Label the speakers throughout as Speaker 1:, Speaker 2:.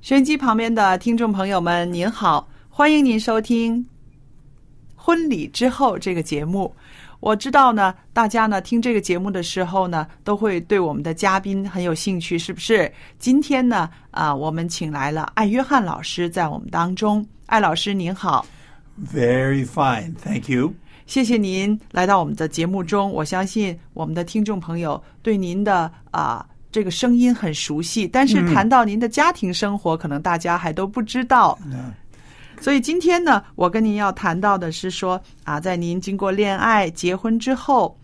Speaker 1: 收音机旁边的听众朋友们，您好，欢迎您收听《婚礼之后》这个节目。我知道呢，大家呢听这个节目的时候呢，都会对我们的嘉宾很有兴趣，是不是？今天呢，啊，我们请来了艾约翰老师在我们当中。艾老师您好，
Speaker 2: Very fine, thank you.
Speaker 1: 谢谢您来到我们的节目中。我相信我们的听众朋友对您的啊。这个声音很熟悉，但是谈到您的家庭生活，可能大家还都不知道。所以今天呢，我跟您要谈到的是说啊，在您经过恋爱、结婚之后，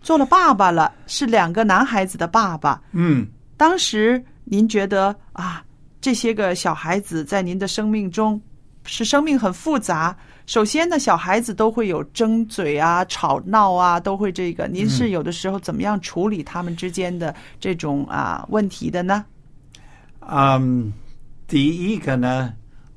Speaker 1: 做了爸爸了，是两个男孩子的爸爸。
Speaker 2: 嗯，
Speaker 1: 当时您觉得啊，这些个小孩子在您的生命中是生命很复杂。首先呢，小孩子都会有争嘴啊、吵闹啊，都会这个。您是有的时候怎么样处理他们之间的这种啊问题的呢？
Speaker 2: 嗯，第一个呢，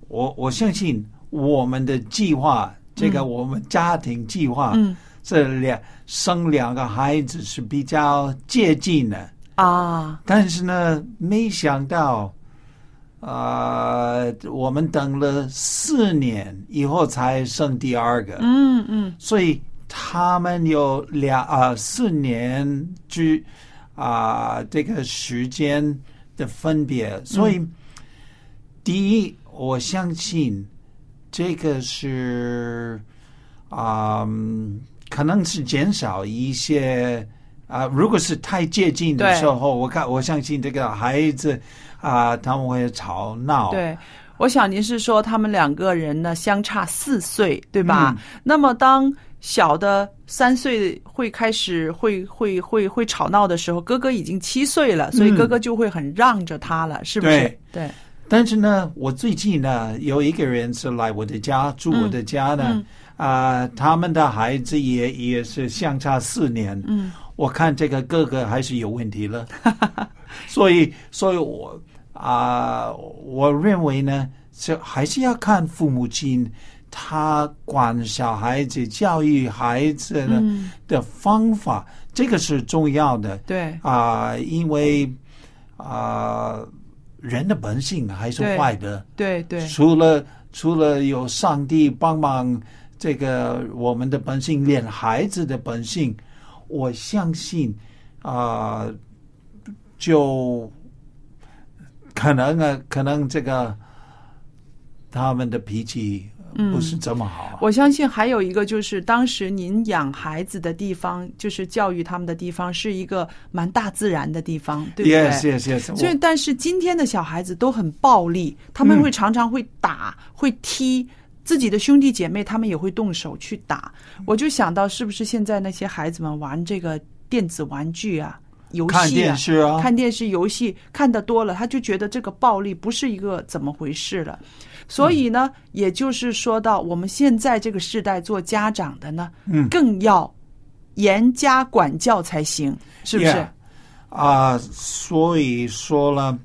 Speaker 2: 我我相信我们的计划，这个我们家庭计划，
Speaker 1: 嗯
Speaker 2: 这两生两个孩子是比较接近的，
Speaker 1: 啊，
Speaker 2: 但是呢，没想到，呃，我们等了四年以后才生第二个，
Speaker 1: 嗯嗯
Speaker 2: 所以他们有两啊、呃、四年之啊、这个时间的分别，所以、第一，我相信这个是啊、嗯可能是减少一些啊、如果是太接近的
Speaker 1: 对
Speaker 2: 时候，我看我相信这个孩子啊、他们会吵闹，
Speaker 1: 对，我想您是说他们两个人呢相差四岁，对吧？
Speaker 2: 嗯
Speaker 1: 那么当小的三岁会开始会会会会吵闹的时候，哥哥已经七岁了，所以
Speaker 2: 嗯
Speaker 1: 哥哥就会很让着他了，是不是？
Speaker 2: 对
Speaker 1: 对，
Speaker 2: 但是呢，我最近呢有一个人是来我的家住我的家呢，啊、他们的孩子也也是相差四年，
Speaker 1: 嗯，
Speaker 2: 我看这个哥哥还是有问题了， 所以，所以我啊、我认为呢，是还是要看父母亲他管小孩子、教育孩子呢、
Speaker 1: 嗯
Speaker 2: 的方法，这个是重要的。
Speaker 1: 对，
Speaker 2: 啊、因为啊、人的本性还是
Speaker 1: 对
Speaker 2: 坏的，
Speaker 1: 对对，
Speaker 2: 除了除了有上帝帮忙这个我们的本性，连孩子的本性，我相信啊、就可能啊，可能这个他们的脾气不
Speaker 1: 嗯
Speaker 2: 是这么好。
Speaker 1: 我相信还有一个就是，当时您养孩子的地方，就是教育他们的地方，是一个蛮大自然的地方，对不对
Speaker 2: yes, yes, yes 我。
Speaker 1: 所以，但是今天的小孩子都很暴力，他
Speaker 2: 嗯
Speaker 1: 们会常常会打、会踢自己的兄弟姐妹，他们也会动手去打。我就想到，是不是现在那些孩子们玩这个电子玩具啊、游戏啊、
Speaker 2: 看电视啊，
Speaker 1: 看电视、游戏看得多了，他就觉得这个暴力不是一个怎么回事了。所以呢，也就是说到我们现在这个时代做家长的呢，
Speaker 2: 嗯
Speaker 1: 更要严加管教才行，是不是
Speaker 2: Yeah 啊、所以说了，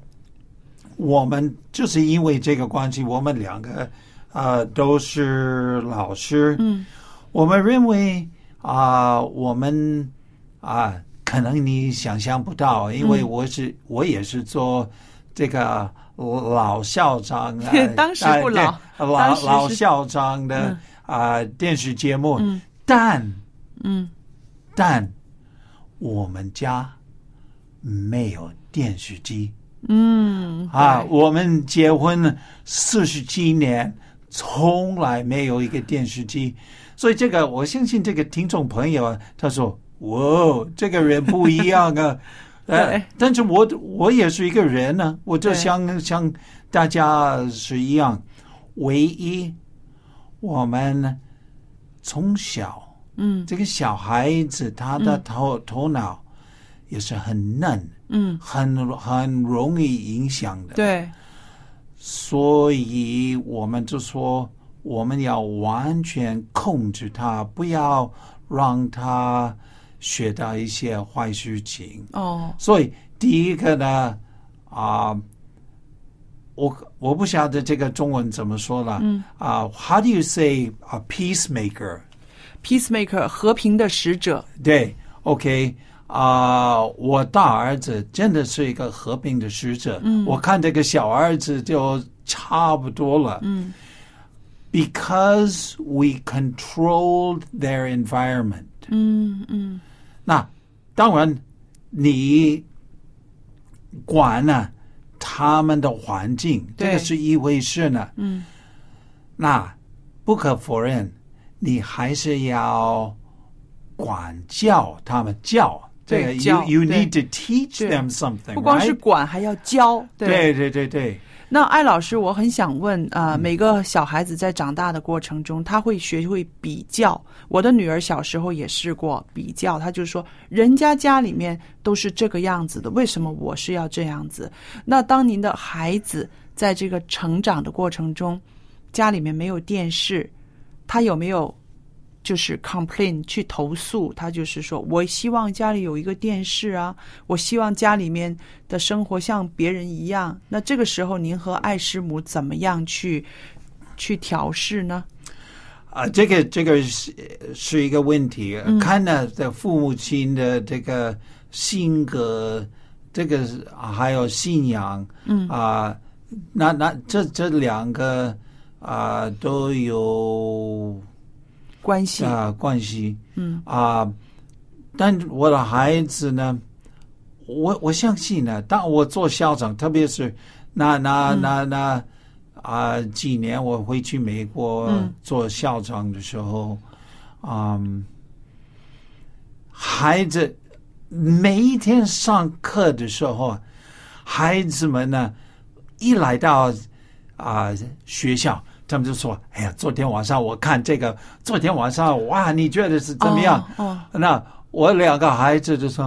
Speaker 2: 我们就是因为这个关系，我们两个啊、呃都是老师，
Speaker 1: 嗯，
Speaker 2: 我们认为啊、我们啊、可能你想象不到，因
Speaker 1: 嗯
Speaker 2: 为我是、我也是做这个老校长啊，
Speaker 1: 当时不老
Speaker 2: 啊对
Speaker 1: 当时是
Speaker 2: 老老校长的
Speaker 1: 嗯
Speaker 2: 啊、电视节目，
Speaker 1: 嗯
Speaker 2: 但
Speaker 1: 嗯，
Speaker 2: 但我们家没有电视机。
Speaker 1: 嗯
Speaker 2: 啊，
Speaker 1: 对
Speaker 2: 我们结婚四十七年，从来没有一个电视机，所以这个我相信这个听众朋友啊，他说：“哇哦，这个人不一样啊。” 呃
Speaker 1: 对，
Speaker 2: 但是我我也是一个人呢、我就
Speaker 1: 对
Speaker 2: 像像大家是一样，唯一我们从小
Speaker 1: 嗯
Speaker 2: 这个小孩子他的
Speaker 1: 嗯
Speaker 2: 头、头脑也是很嫩，
Speaker 1: 嗯，
Speaker 2: 很很容易影响的。
Speaker 1: 对，
Speaker 2: 所以我们就说，我们要完全控制他，不要让他学到一些坏事情。
Speaker 1: 哦，
Speaker 2: 所以第一个呢，啊、我我不晓得这个中文怎么说了。
Speaker 1: 嗯
Speaker 2: 啊、h o w do you say a peacemaker？
Speaker 1: ，peacemaker 和平的使者，
Speaker 2: 对，OK，啊、我大儿子真的是一个和平的使者。
Speaker 1: 嗯
Speaker 2: 我看这个小儿子就差不多了。
Speaker 1: 嗯
Speaker 2: because we controlled their environment.
Speaker 1: 嗯嗯
Speaker 2: 那当然，你管了、他们的环境，
Speaker 1: 对
Speaker 2: 这个是一回事呢。
Speaker 1: 嗯，
Speaker 2: 那不可否认，你还是要管教他们教。这个
Speaker 1: 对教
Speaker 2: you you
Speaker 1: 对
Speaker 2: need to teach
Speaker 1: 对
Speaker 2: them something，
Speaker 1: 不光是
Speaker 2: right？
Speaker 1: 管，还要教，
Speaker 2: 对对对对，
Speaker 1: 那艾老师，我很想问啊、呃每个小孩子在长大的过程中，他会学会比较。我的女儿小时候也试过比较，她就说人家家里面都是这个样子的，为什么我是要这样子？那当您的孩子在这个成长的过程中，家里面没有电视，他有没有就是 complain 去投诉，他就是说我希望家里有一个电视啊，我希望家里面的生活像别人一样。那这个时候，您和爱师母怎么样去去调试呢？
Speaker 2: 啊，这个这个是是一个问题，呃看了的父母亲的这个性格，这个是啊还有信仰，嗯啊，那那这这两个啊都有
Speaker 1: 关系，
Speaker 2: 啊关系，
Speaker 1: 嗯
Speaker 2: 啊，但我的孩子呢，我我相信呢，当我做校长，特别是那那那那啊、几年我回去美国
Speaker 1: 嗯
Speaker 2: 做校长的时候，嗯，孩子每一天上课的时候，孩子们呢一来到啊、学校。他们就说：“哎呀，昨天晚上我看这个，昨天晚上哇，你觉得是怎么样？”
Speaker 1: 哦
Speaker 2: 那我两个孩子就说：“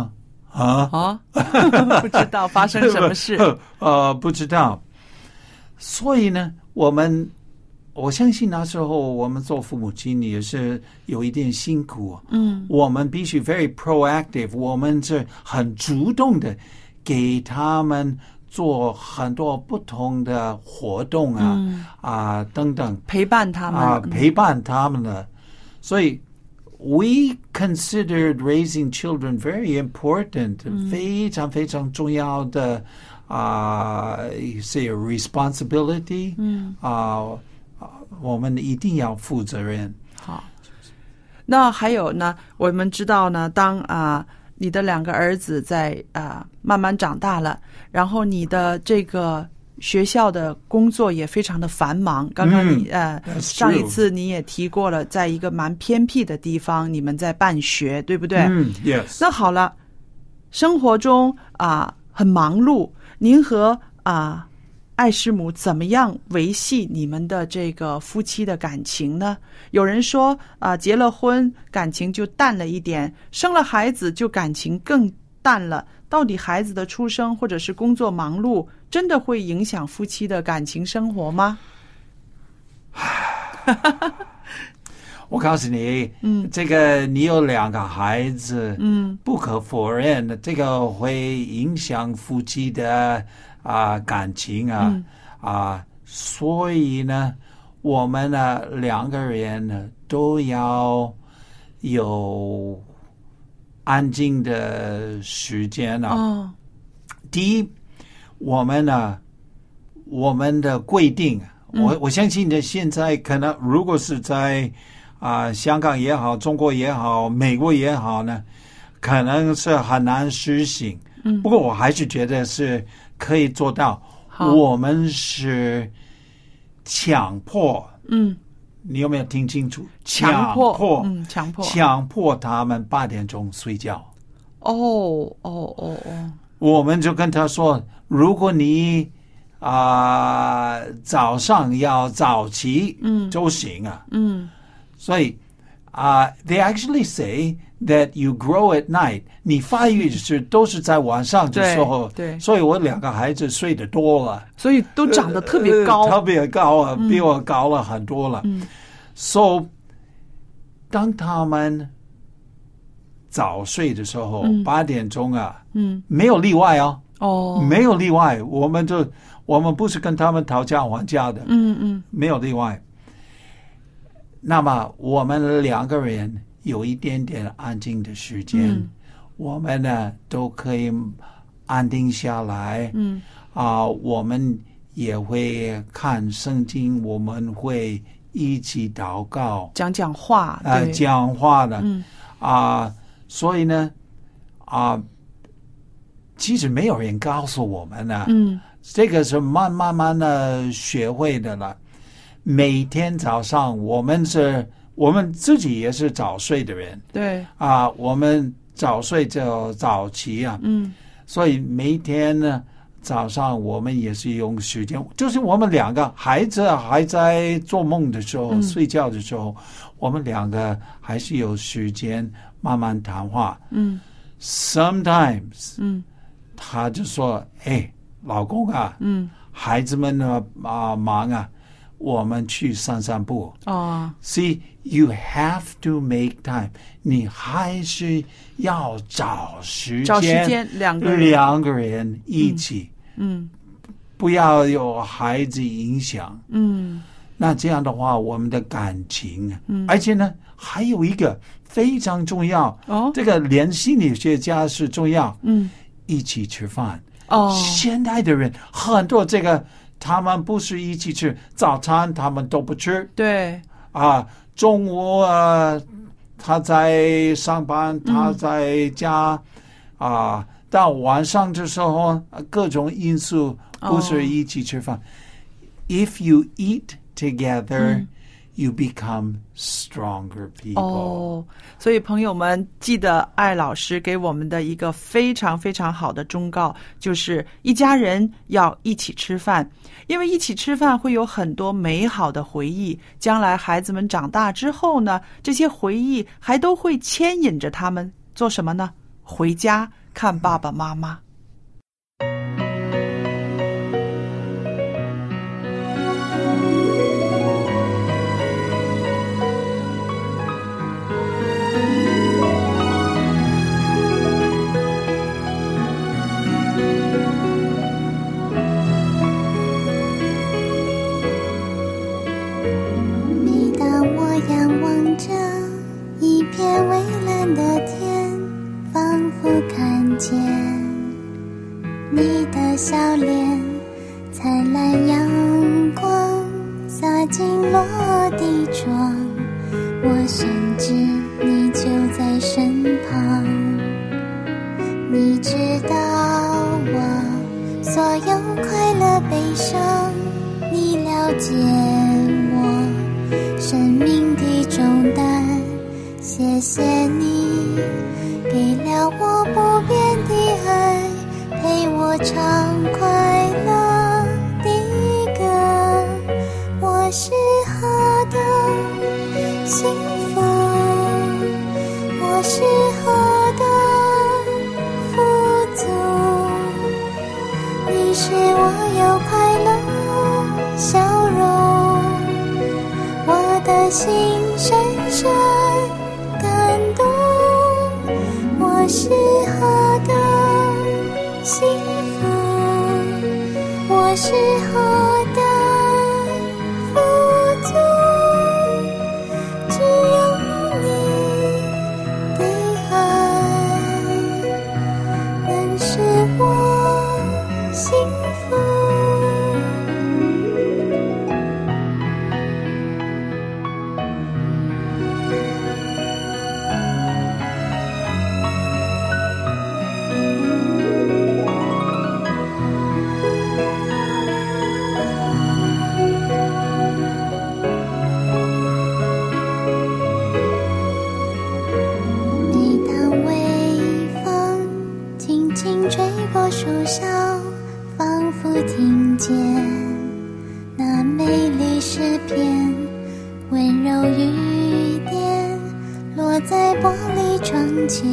Speaker 2: 啊，。
Speaker 1: 哦， 啊不知道发生什么事
Speaker 2: 呃，不知道。所以呢，我们我相信那时候我们做父母亲也是有一点辛苦，
Speaker 1: 嗯
Speaker 2: 我们必须 very proactive，我们是很主动的给他们做很多不同的活动啊、
Speaker 1: 嗯，
Speaker 2: 啊等等。
Speaker 1: 陪伴他们。
Speaker 2: 啊，
Speaker 1: 嗯
Speaker 2: 陪伴他们呢。所以，we considered raising children very important，、非常非常重要的啊，一些 responsibility，
Speaker 1: 嗯
Speaker 2: 啊、啊我们一定要负责任。
Speaker 1: 好，那还有呢？我们知道呢，当啊、你的两个儿子在啊、慢慢长大了，然后你的这个学校的工作也非常的繁忙。刚刚你、呃
Speaker 2: 嗯 That's
Speaker 1: 上一
Speaker 2: true
Speaker 1: 次你也提过了，在一个蛮偏僻的地方，你们在办学，对不对？
Speaker 2: 嗯，yes，
Speaker 1: 那好了，生活中啊、很忙碌，您和啊、爱师母怎么样维系你们的这个夫妻的感情呢？有人说啊、结了婚感情就淡了一点，生了孩子就感情更淡了。到底孩子的出生或者是工作忙碌，真的会影响夫妻的感情生活吗？
Speaker 2: 我告诉你，
Speaker 1: 嗯
Speaker 2: 这个你有两个孩子，
Speaker 1: 嗯
Speaker 2: 不可否认，这个会影响夫妻的啊感情啊啊，所以呢，我们呢两个人呢都要有安静的时间啊。
Speaker 1: 哦，
Speaker 2: 第一，我们呢、我们的规定，啊
Speaker 1: 嗯
Speaker 2: 我我相信呢，现在可能如果是在啊、香港也好，中国也好，美国也好呢，可能是很难实行。嗯，不过我还是觉得是可以做到。
Speaker 1: 好
Speaker 2: 我们是强迫，
Speaker 1: 嗯，
Speaker 2: 你有没有听清楚？
Speaker 1: 强迫，
Speaker 2: 迫
Speaker 1: 嗯，强迫，
Speaker 2: 强迫他们八点钟睡觉。
Speaker 1: 哦哦哦哦，
Speaker 2: 我们就跟他说，如果你啊、早上要早起，嗯，就行啊。
Speaker 1: 嗯，
Speaker 2: 所以啊、t h e y actually say that you grow at night，你发育是都是在晚上的时候。
Speaker 1: 对对
Speaker 2: 所以我两个孩子睡得多了，
Speaker 1: 所以都长得特别
Speaker 2: 呃特
Speaker 1: 高，嗯
Speaker 2: 别高啊，比我高了很多了。嗯，so 当他们早睡的时候，八、点钟啊，
Speaker 1: 嗯，
Speaker 2: 没有例外哦。
Speaker 1: 哦，
Speaker 2: 没有例外，我们就我们不是跟他们讨价还价的，
Speaker 1: 嗯嗯
Speaker 2: 没有例外。那么我们两个人有一点点安静的时间，
Speaker 1: 嗯
Speaker 2: 我们呢都可以安定下来。
Speaker 1: 嗯
Speaker 2: 啊、我们也会看圣经，我们会一起祷告，
Speaker 1: 讲讲话，
Speaker 2: 啊、
Speaker 1: 对，
Speaker 2: 讲话的。
Speaker 1: 嗯
Speaker 2: 啊、所以呢，啊、其实没有人告诉我们呢、
Speaker 1: 嗯
Speaker 2: 这个是慢慢慢的学会的了。每天早上，我们是，我们自己也是早睡的人
Speaker 1: 对，
Speaker 2: 啊，我们早睡就早起啊，
Speaker 1: 嗯
Speaker 2: 所以每天呢早上我们也是用时间，就是我们两个孩子还在做梦的时候、
Speaker 1: 嗯
Speaker 2: 睡觉的时候，我们两个还是有时间慢慢谈话。
Speaker 1: 嗯
Speaker 2: Sometimes，
Speaker 1: 嗯
Speaker 2: 他就说：“哎，老公啊，
Speaker 1: 嗯
Speaker 2: 孩子们呢啊、忙啊，我们去散散步。
Speaker 1: 哦，
Speaker 2: See, you have to make time，你还是要找时间，
Speaker 1: 找时间两个人，
Speaker 2: 两个人一起，
Speaker 1: 嗯
Speaker 2: 不要有孩子影响。
Speaker 1: 嗯
Speaker 2: 那这样的话，我们的感情，嗯、而且呢，还有一个非常重要，
Speaker 1: 哦
Speaker 2: 这个连心理学家是重要，
Speaker 1: 嗯
Speaker 2: 一起吃饭。
Speaker 1: 哦，
Speaker 2: 现代的人很多这个，他们不是一起吃早餐，他们都不吃
Speaker 1: 对，
Speaker 2: 啊。中午啊，他在上班，他在家、啊。到晚上的时候，各种因素不
Speaker 1: 哦
Speaker 2: 是一起吃饭。If you eat together,、you
Speaker 1: 嗯
Speaker 2: become stronger people.、
Speaker 1: 哦，所以朋友们记得艾老师给我们的一个非常非常好的忠告，就是一家人要一起吃饭，因为一起吃饭会有很多美好的回忆。将来孩子们长大之后呢，这些回忆还都会牵引着他们做什么呢？回家看爸爸妈妈。
Speaker 3: 每当我仰望着一片蔚蓝的天，仿佛看见你的笑脸，灿烂阳光洒进落地窗，我深知你就在身旁。你知道我所有快乐悲伤，你了解我。生命的重担。谢谢你给了我不变的爱，陪我唱快乐的歌。我是何等幸福，我是何等富足。你是我有快乐笑容。我的心深深感动，我是何等幸福，那时候的富足，只有你的爱能使我幸福。每当微风轻轻吹过树梢，仿佛听见那美丽诗篇，温柔雨点落在玻璃窗前，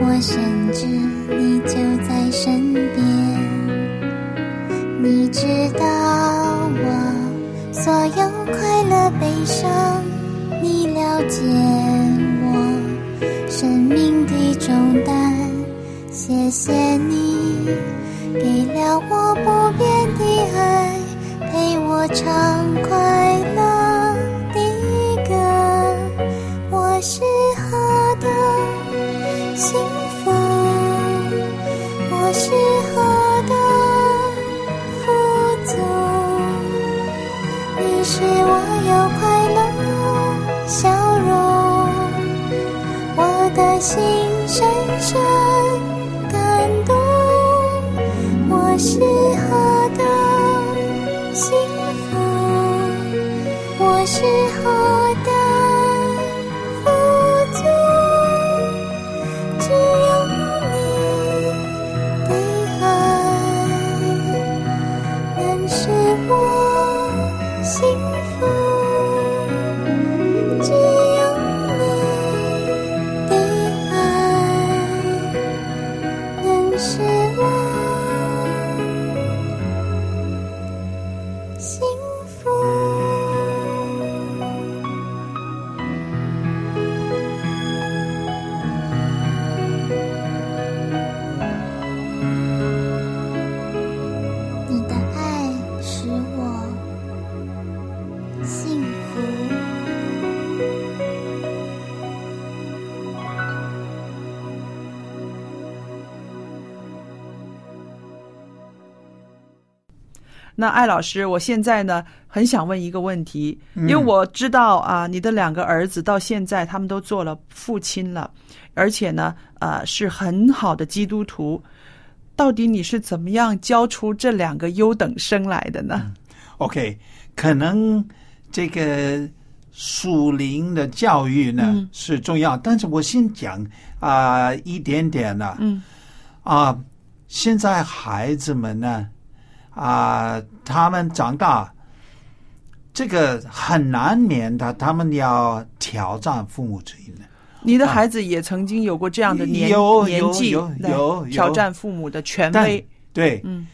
Speaker 3: 我深知你就在身边，你知道我所有快乐悲伤，你了解我。生命的重担。谢谢你给了我不变的爱，陪我唱快乐的歌。我是何等幸福，我是何等富足，你是我有快乐笑容。我的心深深感动，我是何等幸福，我是何等富足，只有你的爱能使我幸福，只有你。的爱，能使我幸福。你的爱使我幸福。
Speaker 1: 那艾老师，我现在呢很想问一个问题，
Speaker 2: 嗯
Speaker 1: 因为我知道啊，你的两个儿子到现在他们都做了父亲了，而且呢，呃，是很好的基督徒。到底你是怎么样教出这两个优等生来的呢？
Speaker 2: OK，可能这个属灵的教育呢、是重要，但是我先讲啊、一点点呢、啊，啊
Speaker 1: 嗯
Speaker 2: 现在孩子们呢啊、他们长大，这个很难免的，他们要挑战父母之命的。
Speaker 1: 你的孩子也曾经有过这样的年
Speaker 2: 啊有有
Speaker 1: 年纪
Speaker 2: 有
Speaker 1: 来
Speaker 2: 有有
Speaker 1: 挑战父母的权
Speaker 2: 但
Speaker 1: 威，
Speaker 2: 对，
Speaker 1: 嗯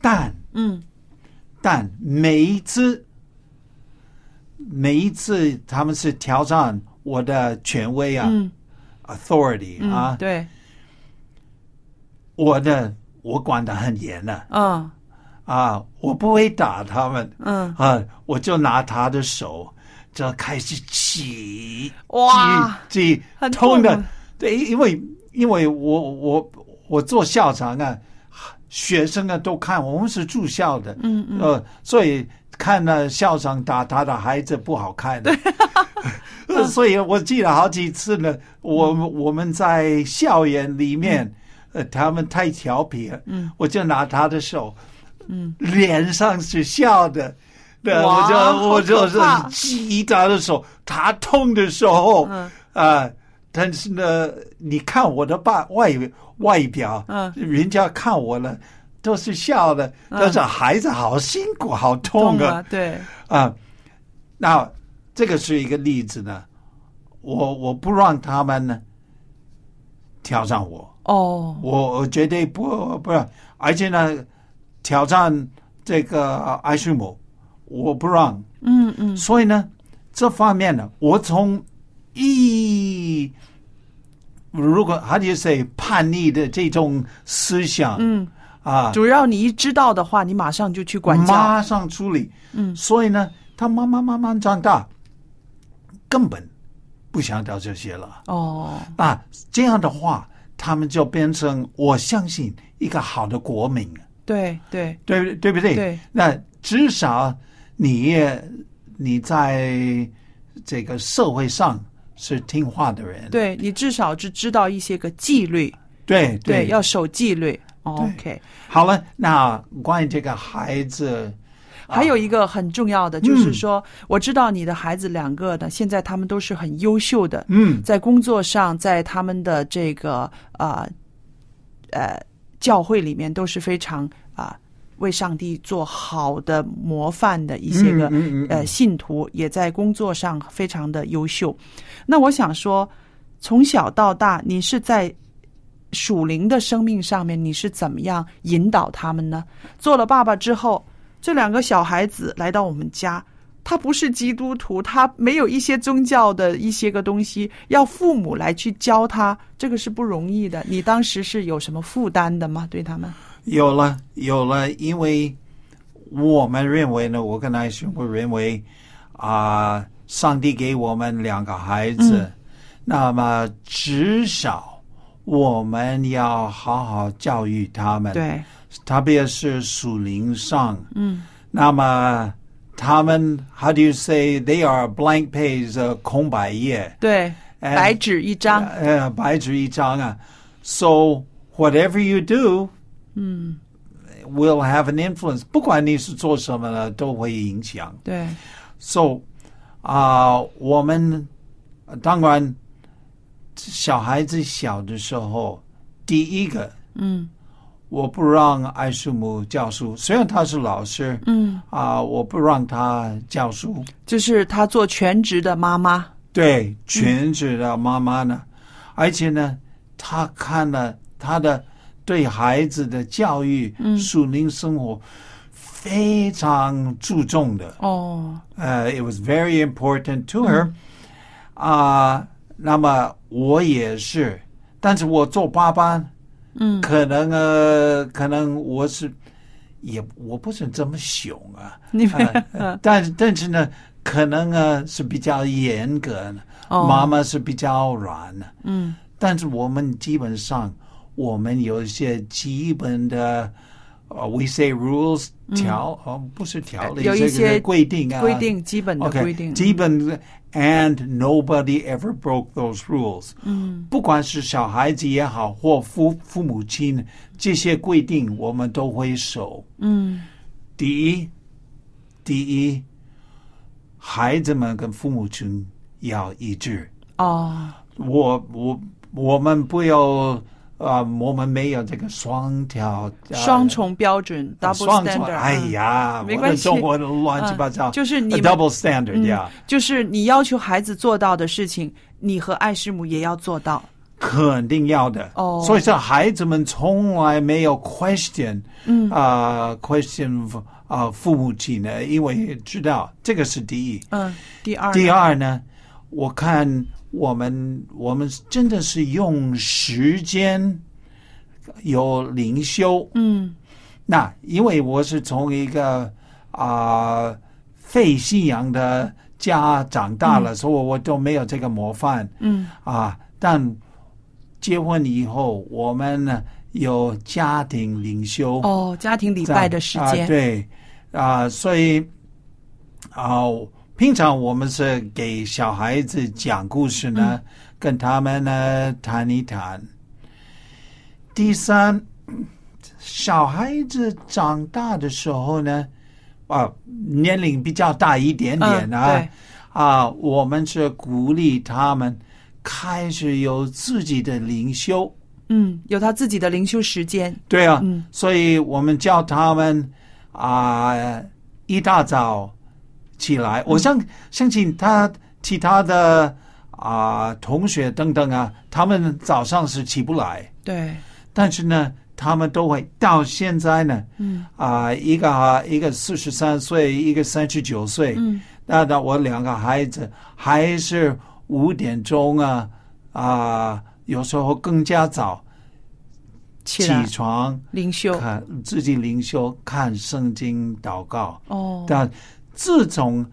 Speaker 2: 但
Speaker 1: 嗯
Speaker 2: 但每一次，每一次他们是挑战我的权威啊、
Speaker 1: 嗯
Speaker 2: authority
Speaker 1: 嗯
Speaker 2: 啊，
Speaker 1: 对，
Speaker 2: 我的我管得很严的
Speaker 1: 嗯
Speaker 2: 啊，我不会打他们
Speaker 1: 嗯，
Speaker 2: 啊，我就拿他的手就开始挤
Speaker 1: 哇，
Speaker 2: 挤挤
Speaker 1: 很
Speaker 2: 痛的
Speaker 1: 痛，啊
Speaker 2: 对，因为因为我我我做校长啊，学生啊都看我们是住校的，
Speaker 1: 嗯嗯，
Speaker 2: 呃，所以看了校长打他的孩子不好看的。 呃所以我记了好几次了。我我们在校园里面，呃，他们太调皮了，
Speaker 1: 嗯，
Speaker 2: 我就拿他的手，
Speaker 1: 嗯，
Speaker 2: 脸上是笑的，对，
Speaker 1: 哇
Speaker 2: 我就我
Speaker 1: 好可
Speaker 2: 就是
Speaker 1: 怕
Speaker 2: 击他的手，他痛的时候，
Speaker 1: 嗯
Speaker 2: 啊、但是呢，你看我的爸外外表，
Speaker 1: 嗯
Speaker 2: 人家看我了都是笑的，但是孩子好辛苦，好痛
Speaker 1: 懂
Speaker 2: 啊
Speaker 1: 了，对，
Speaker 2: 啊、那这个是一个例子呢，我我不让他们呢挑战我，
Speaker 1: 哦，
Speaker 2: 我我绝对不不让，而且呢挑战这个艾树姆，我不让，
Speaker 1: 嗯嗯
Speaker 2: 所以呢，这方面呢，我从一如果 how do you say 叛逆的这种思想，
Speaker 1: 嗯
Speaker 2: 啊，
Speaker 1: 主要你一知道的话，你马上就去管教。
Speaker 2: 马上处理。
Speaker 1: 嗯
Speaker 2: 所以呢，他慢慢慢慢长大，根本不想到这些了。
Speaker 1: 哦，
Speaker 2: 那这样的话，他们就变成我相信一个好的国民，啊
Speaker 1: 对对，
Speaker 2: 对不对不对？
Speaker 1: 对。
Speaker 2: 那至少你也你在这个社会上是听话的人，
Speaker 1: 对你至少是知道一些个纪律，
Speaker 2: 对
Speaker 1: 对，要守纪律。哦 OK，
Speaker 2: 好了，那关于这个孩子，啊
Speaker 1: 还有一个很重要的就是说，我知道你的孩子两个呢，现在他们都是很优秀的，
Speaker 2: 嗯，
Speaker 1: 在工作上，在他们的这个啊呃教会里面都是非常啊、为上帝做好的模范的一些个、
Speaker 2: 嗯嗯嗯嗯
Speaker 1: 呃信徒，也在工作上非常的优秀。那我想说，从小到大，你是在。属灵的生命上面，你是怎么样引导他们呢？做了爸爸之后，这两个小孩子来到我们家，他不是基督徒，他没有一些宗教的一些个东西，要父母来去教他，这个是不容易的。你当时是有什么负担的吗？对他们？
Speaker 2: 有了有了，因为我们认为呢，我跟艾兄我认为啊、上帝给我们两个孩子，
Speaker 1: 嗯
Speaker 2: 那么至少我们要好好教育他们，，
Speaker 1: 对，
Speaker 2: 特别是属灵上，
Speaker 1: 嗯，
Speaker 2: 那么他们 how do you say they are blank page 呃空白页，
Speaker 1: 对，
Speaker 2: And-
Speaker 1: 白纸一张，
Speaker 2: 呃，白纸一张啊。So whatever you do，嗯，will have an influence。不管你是做什么呢，都会影响。
Speaker 1: 对，
Speaker 2: So 啊、我们呃当然小孩子小的时候，第一个
Speaker 1: 嗯
Speaker 2: 我不让艾树姆教书，虽然他是老师
Speaker 1: 嗯，
Speaker 2: 啊、我不让他教书。
Speaker 1: 就是他做全职的妈妈，
Speaker 2: 对，全职的妈妈呢，而且呢，她看了她的对孩子的教育、
Speaker 1: 嗯
Speaker 2: 属灵生活非常注重的。
Speaker 1: 哦，
Speaker 2: 呃、i t Uh, was very important to her、啊。那么我也是，但是我做爸爸，
Speaker 1: 嗯，
Speaker 2: 可能呃，可能我是也我不是这么凶啊，
Speaker 1: 你们，
Speaker 2: 呃但是但是呢，可能啊是比较严格的，
Speaker 1: 哦
Speaker 2: 妈妈是比较软的，
Speaker 1: 嗯，
Speaker 2: 但是我们基本上我们有一些基本的。呃 w e say rules 条，哦，不是条例，
Speaker 1: 有一
Speaker 2: 这个
Speaker 1: 些
Speaker 2: 是规定啊，
Speaker 1: 规定基本的
Speaker 2: OK，
Speaker 1: 规定，
Speaker 2: 基本的 and nobody ever broke those rules。嗯，
Speaker 1: Mm.
Speaker 2: 不管是小孩子也好，或父父母亲，这些规定我们都会守。
Speaker 1: 嗯，
Speaker 2: 第一，第一，孩子们跟父母亲要一致。
Speaker 1: 哦，
Speaker 2: 我我我们不要啊、我们没有这个双条、呃
Speaker 1: 双重标准，double
Speaker 2: 双重。
Speaker 1: standard，
Speaker 2: 哎
Speaker 1: 嗯
Speaker 2: 呀，
Speaker 1: 没
Speaker 2: 我
Speaker 1: 关
Speaker 2: 的
Speaker 1: 系
Speaker 2: 中文乱七八糟，
Speaker 1: 嗯就是你们
Speaker 2: a
Speaker 1: 嗯
Speaker 2: double standard 呀、
Speaker 1: 就是你要求孩子做到的事情，你和爱师母也要做到。
Speaker 2: 肯定要的。
Speaker 1: 哦
Speaker 2: 所以说孩子们从来没有 question，嗯啊、q u e s t i o n 啊、父母亲呢，因为知道这个是第一。
Speaker 1: 嗯，第二，
Speaker 2: 第，二呢，我看我们我们真的是用时间有灵修。
Speaker 1: 嗯
Speaker 2: 那因为我是从一个啊、非信仰的家长大了，所以我都没有这个模范。
Speaker 1: 嗯
Speaker 2: 啊，但结婚以后，我们呢有家庭领袖
Speaker 1: 哦，家庭礼
Speaker 2: 在
Speaker 1: 拜的时
Speaker 2: 啊、
Speaker 1: 间，
Speaker 2: 对啊，所以啊，平常我们是给小孩子讲故事呢，
Speaker 1: 嗯
Speaker 2: 跟他们呢谈一谈。第三，小孩子长大的时候呢，啊，年龄比较大一点点啊。
Speaker 1: 嗯，
Speaker 2: 啊，我们是鼓励他们开始有自己的灵修。
Speaker 1: 对，嗯，有他自己的灵修时间，
Speaker 2: 对啊，
Speaker 1: 嗯
Speaker 2: 所以我们叫他们啊、一大早起
Speaker 1: 嗯
Speaker 2: 来。我相相信他其他的啊、同学等等啊，他们早上是起不来，
Speaker 1: 对，
Speaker 2: 但是呢，他们都会到现在呢。
Speaker 1: 嗯
Speaker 2: 啊、一个啊一个四十三岁，一个三十九岁。
Speaker 1: 嗯，
Speaker 2: 那那我两个孩子还是五点钟啊啊、有时候更加早
Speaker 1: 起
Speaker 2: 起
Speaker 1: 来
Speaker 2: 床
Speaker 1: 灵修
Speaker 2: 看自己灵修、看圣经、祷告。
Speaker 1: 哦，
Speaker 2: 但自从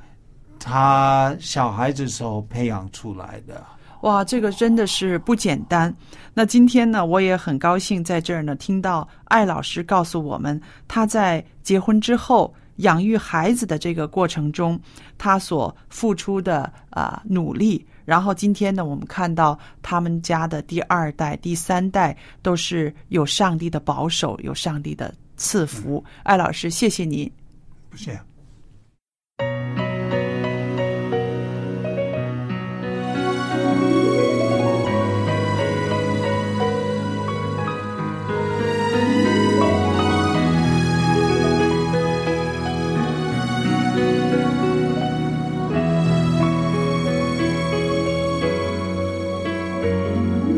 Speaker 2: 他小孩子时候培养出来的，
Speaker 1: 哇，这个真的是不简单。那今天呢，我也很高兴在这儿呢听到艾老师告诉我们，他在结婚之后养育孩子的这个过程中，他所付出的啊、努力。然后今天呢，我们看到他们家的第二代、第三代都是有上帝的保守，有上帝的赐福。艾老师，谢谢您。
Speaker 2: 不是。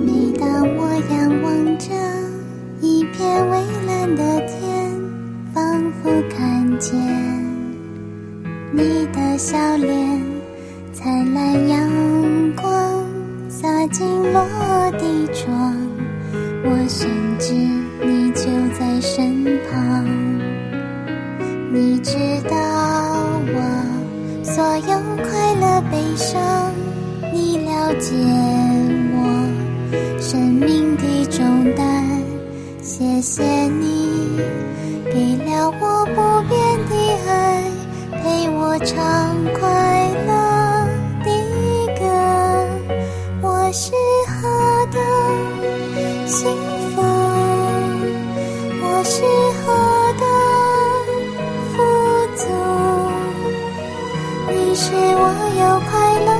Speaker 3: 每当我仰望着一片蔚蓝的天，仿佛看见你的笑脸，灿烂阳光洒进落地窗，我深知你就在身旁。你知道我所有快乐悲伤，你了解我。生命的重担。谢谢你给了我不变的爱，陪我唱快乐的歌。我是何等幸福，我是何等富足。你是我有快乐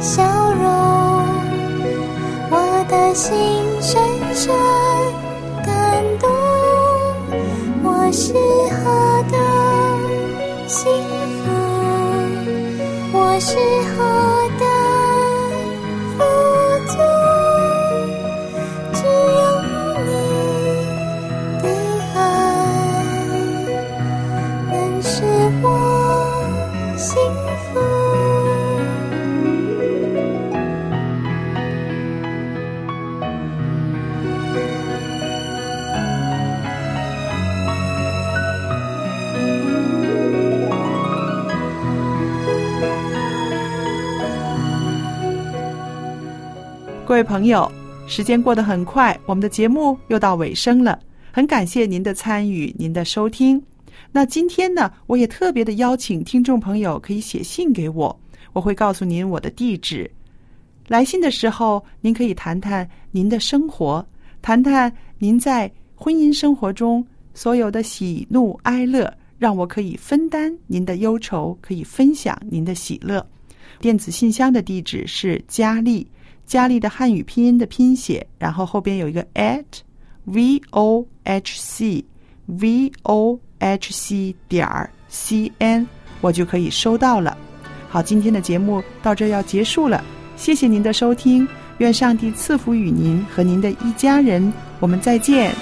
Speaker 3: 笑容。我的心深深感动，我是何等幸福，我是何等富足，只有你的爱能使我幸福。
Speaker 1: 各位朋友，时间过得很快，我们的节目又到尾声了，很感谢您的参与，您的收听。那今天呢，我也特别的邀请听众朋友可以写信给我，我会告诉您我的地址。来信的时候，您可以谈谈您的生活，谈谈您在婚姻生活中所有的喜怒哀乐，让我可以分担您的忧愁，可以分享您的喜乐。电子信箱的地址是佳丽，佳丽的汉语拼音的拼写，然后后边有一个 at v o h c v o h c 点儿 c n，我就可以收到了。好，今天的节目到这儿要结束了，谢谢您的收听，愿上帝赐福与您和您的一家人，我们再见。